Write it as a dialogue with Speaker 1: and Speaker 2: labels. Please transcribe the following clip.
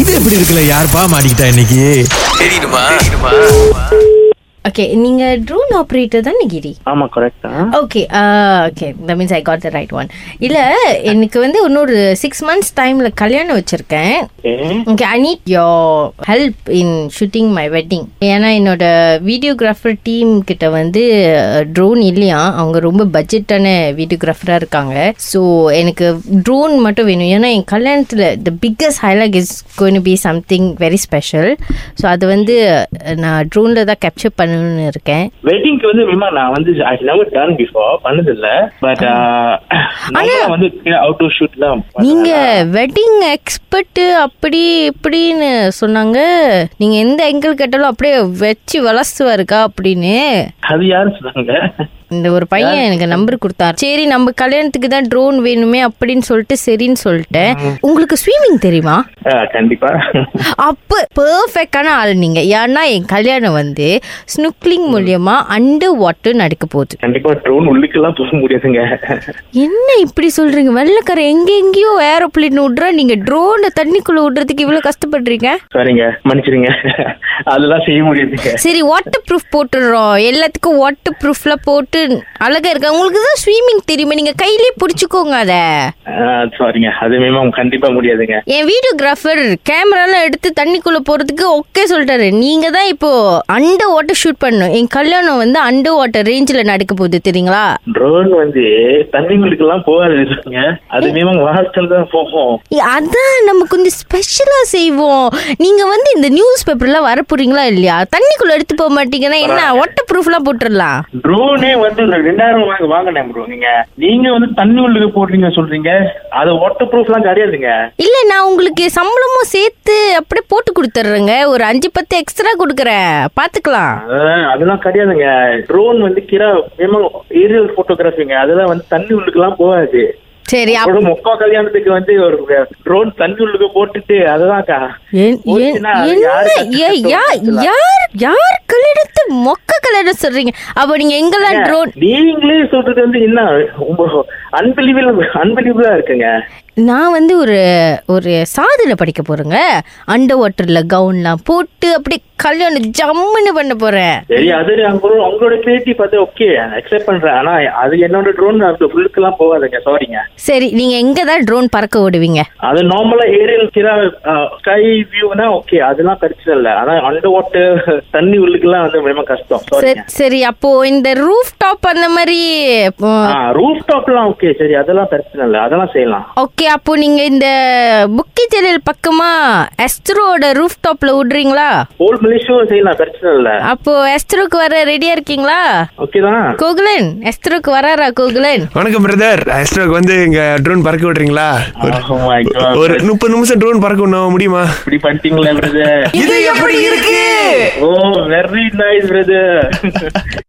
Speaker 1: இது எப்படி இருக்குல்ல யாருப்பா மாட்டிக்கிட்டா இன்னைக்கு
Speaker 2: ஓகே நீங்க ட்ரோன் ஆப்ரேட்டர் தானே கிரி uh,
Speaker 3: ஆமா கரெக்டா
Speaker 2: okay okay that means I got the right one இல்ல எனக்கு வந்து இன்னொரு சிக்ஸ் மந்த்ஸ் டைம்ல கல்யாணம் வச்சிருக்கேன் okay I need you help in shooting my wedding ஏன்னா என்னோட வீடியோகிராஃபர் டீம் கிட்ட வந்து ட்ரோன் இல்லையா அவங்க ரொம்ப பட்ஜெட்டான வீடியோகிராஃபராக இருக்காங்க ஸோ எனக்கு ட்ரோன் மட்டும் வேணும் ஏன்னா என் கல்யாணத்தில் the biggest highlight is going be something very special so அது வந்து நான் ட்ரோனில் தான் கேப்சர் பண்ணணும்னு இருக்கேன்
Speaker 3: வெட்டிங்க்கு வந்து விமா நான் வந்து ஐ never done பிஃபோர் பண்ணது இல்ல பட் uh, நான் வந்து அவுட் டூ ஷூட் தான்
Speaker 2: நீங்க வெட்டிங் எக்ஸ்பர்ட் அப்படி இப்படின்னு சொன்னாங்க நீங்க எந்த எங்கிள் கேட்டாலும் அப்படியே வச்சு வளர்த்துவாருக்கா அப்படின்னு
Speaker 3: அது யாரும் சொன்னாங்க
Speaker 2: இந்த ஒரு பையன் எனக்கு நம்பர் கொடுத்தாரு சரி நம்ம கல்யாணத்துக்கு தான் ட்ரோன் வேணுமே அப்படின்னு சொல்லிட்டு சரின்னு சொல்லிட்டேன் உங்களுக்கு ஸ்விமிங் தெரியுமா
Speaker 3: அஹ், கண்டிப்பா
Speaker 2: அப்போ பெர்ஃபெக்டான ஆள் நீங்க ஏன்னா என் கல்யாணம் வந்து ஸ்னுக்லிங் மூலியமா அண்டர் வாட்டர் நடக்க போகுது
Speaker 3: கண்டிப்பா ட்ரோன் உள்ளுக்கெல்லாம் போக முடியாதுங்க
Speaker 2: என்ன இப்படி சொல்றீங்க வெள்ளக்கார எங்க எங்கேயோ ஏரோப்ளேன் விடுறா நீங்க ட்ரோனை தண்ணிக்குள்ள விடுறதுக்கு இவ்வளவு கஷ்டப்படுறீங்க
Speaker 3: சரிங்க மன்னிச்சிடுங்க அதெல்லாம் செய்ய முடியாதுங்க
Speaker 2: சரி வாட்டர் ப்ரூஃப் போட்டுடுறோம் எல்லாத்துக்கும் வாட்டர் ப்ரூஃப்லாம் போட்டு அழகா இருக்கு உங்களுக்கு தான் ஸ்விமிங் தெரியுமே நீங்க கையிலே பிடிச்சிக்கோங்க அத
Speaker 3: சாரிங்க அது மேம் கண்டிப்பா முடியாதுங்க
Speaker 2: என் வீடியோகிராஃபர் கேமராலாம் எடுத்து தண்ணிக்குள்ள போறதுக்கு ஓகே சொல்லிட்டாரு நீங்க தான் இப்போ அண்டர் வாட்டர் ஷூட் பண்ணணும் என் கல்யாணம் வந்து அண்டர் வாட்டர் ரேஞ்சில் நடக்க போகுது தெரியுங்களா
Speaker 3: ட்ரோன் வந்து தண்ணிங்களுக்கெல்லாம் போகாதுங்க அது மேம் வாசல் தான் போகும்
Speaker 2: இ- அதான் நம்ம கொஞ்சம் ஸ்பெஷலா செய்வோம் நீங்க வந்து இந்த நியூஸ் பேப்பர்லாம் வர போறீங்களா இல்லையா தண்ணிக்குள்ள எடுத்து போக மாட்டீங்கன்னா என்ன வாட்டர் ப்ரூஃப்லாம் போட்டுடலாம்
Speaker 3: ட்ரோனே வந்து ஒரு ரெண்டாயிரம் வாங்க வாங்கினேன் ப்ரோ நீங்க நீங்க வந்து தண்ணி உள்ளுக்கு போடுறீங்க சொல்றீங்க அது வாட்டர் ப்ரூஃப்லாம் கிடையாதுங்க
Speaker 2: இல்ல நான் உங்களுக்கு சம்பளமும் சேர்த்து அப்படியே போட்டு கொடுத்துட்றேங்க ஒரு அஞ்சு பத்து எக்ஸ்ட்ரா கொடுக்குறேன் பாத்துக்கலாம்
Speaker 3: அஹ் அதெல்லாம் கிடையாதுங்க ட்ரோன் வந்து கிரா ஏரியல் போட்டோகிராஃபிங்க அதெல்லாம் வந்து தண்ணி உள்ளுக்குலாம் போகாது
Speaker 2: சரி அப்-
Speaker 3: ஒரு முக்கா கல்யாணத்துக்கு வந்து ஒரு ட்ரோன் தண்ணி உள்ளுக்கு போட்டுட்டு அதுதான்க்கா
Speaker 2: என்- என்-
Speaker 3: போச்சுன்னா அது
Speaker 2: என்ன
Speaker 3: யாரு
Speaker 2: ஏ-
Speaker 3: கஷ்டத்தை
Speaker 2: யா-
Speaker 3: கொடுக்கலாம்?
Speaker 2: யார் யார் கல்யாணத்து மொக்க கல்யாணம் சொல்றீங்க அப்ப நீங்க எங்கெல்லாம் ட்ரோன்
Speaker 3: நீங்களே சொல்றது வந்து என்ன அன்பிலிவபிள் அன்பிலிவபிளா இருக்குங்க
Speaker 2: நான் வந்து ஒரு ஒரு சாதனை படிக்க போறேங்க அண்டர் வாட்டர்ல கவுன்லாம் போட்டு அப்படியே கல்யாணம் ஜம்முன்னு பண்ண போறேன்
Speaker 3: சரி அது அவங்களோட அவங்களோட பேட்டி பார்த்து ஓகே அக்செப்ட் பண்றேன் ஆனா அது என்னோட ட்ரோன் அது உள்ளுக்குலாம் போகாதுங்க சாரிங்க
Speaker 2: சரி நீங்க எங்க தான் ட்ரோன் பறக்க விடுவீங்க
Speaker 3: அது நார்மலா ஏரியல் கிரா ஸ்கை வியூனா ஓகே அதெல்லாம் பிரச்சனை இல்ல ஆனா அண்டர் வாட்டர் தண்ணி உள்ளுக்குலாம் வந்து ரொம்ப கஷ்டம்
Speaker 2: சரி சரி அப்போ இந்த ரூஃப் டாப் அந்த மாதிரி இப்போ,
Speaker 3: ரூஃப் டாப்லாம் ஓகே சரி அதெல்லாம் பிரச்சனை இல்ல அதெல்லாம் செய்யலாம்
Speaker 2: ஓகே அப்போ நீங்க இந்த புக்கி ஜெலில் பக்கமா எஸ்ட்ரோட ரூஃப் டாப்ல விடுறீங்களா
Speaker 3: ஓல்ட் மலேசியாவும் செய்யலாம் பிரச்சனை இல்ல
Speaker 2: அப்போ எஸ்ட்ரோக்கு வர ரெடியா இருக்கீங்களா
Speaker 3: ஓகே தான்
Speaker 2: கோகுலன் எஸ்ட்ரோக்கு வராரா கோகுலன்
Speaker 4: வணக்கம் பிரதர் ஆஸ்ட்ரோக்கு வந்து இங்க ட்ரோன் பறக்க விடுறீங்களா ஒரு-
Speaker 3: Oh my God.
Speaker 4: ஒரு முப்பது நிமிஷம் ட்ரோன் பறக்க விடணும் முடியுமா
Speaker 3: இப்படி பண்ணிட்டீங்களா பிரதர் Oh,
Speaker 4: இது எப்படி இருக்கு
Speaker 3: ஓ வெரி நைஸ் பிரதர்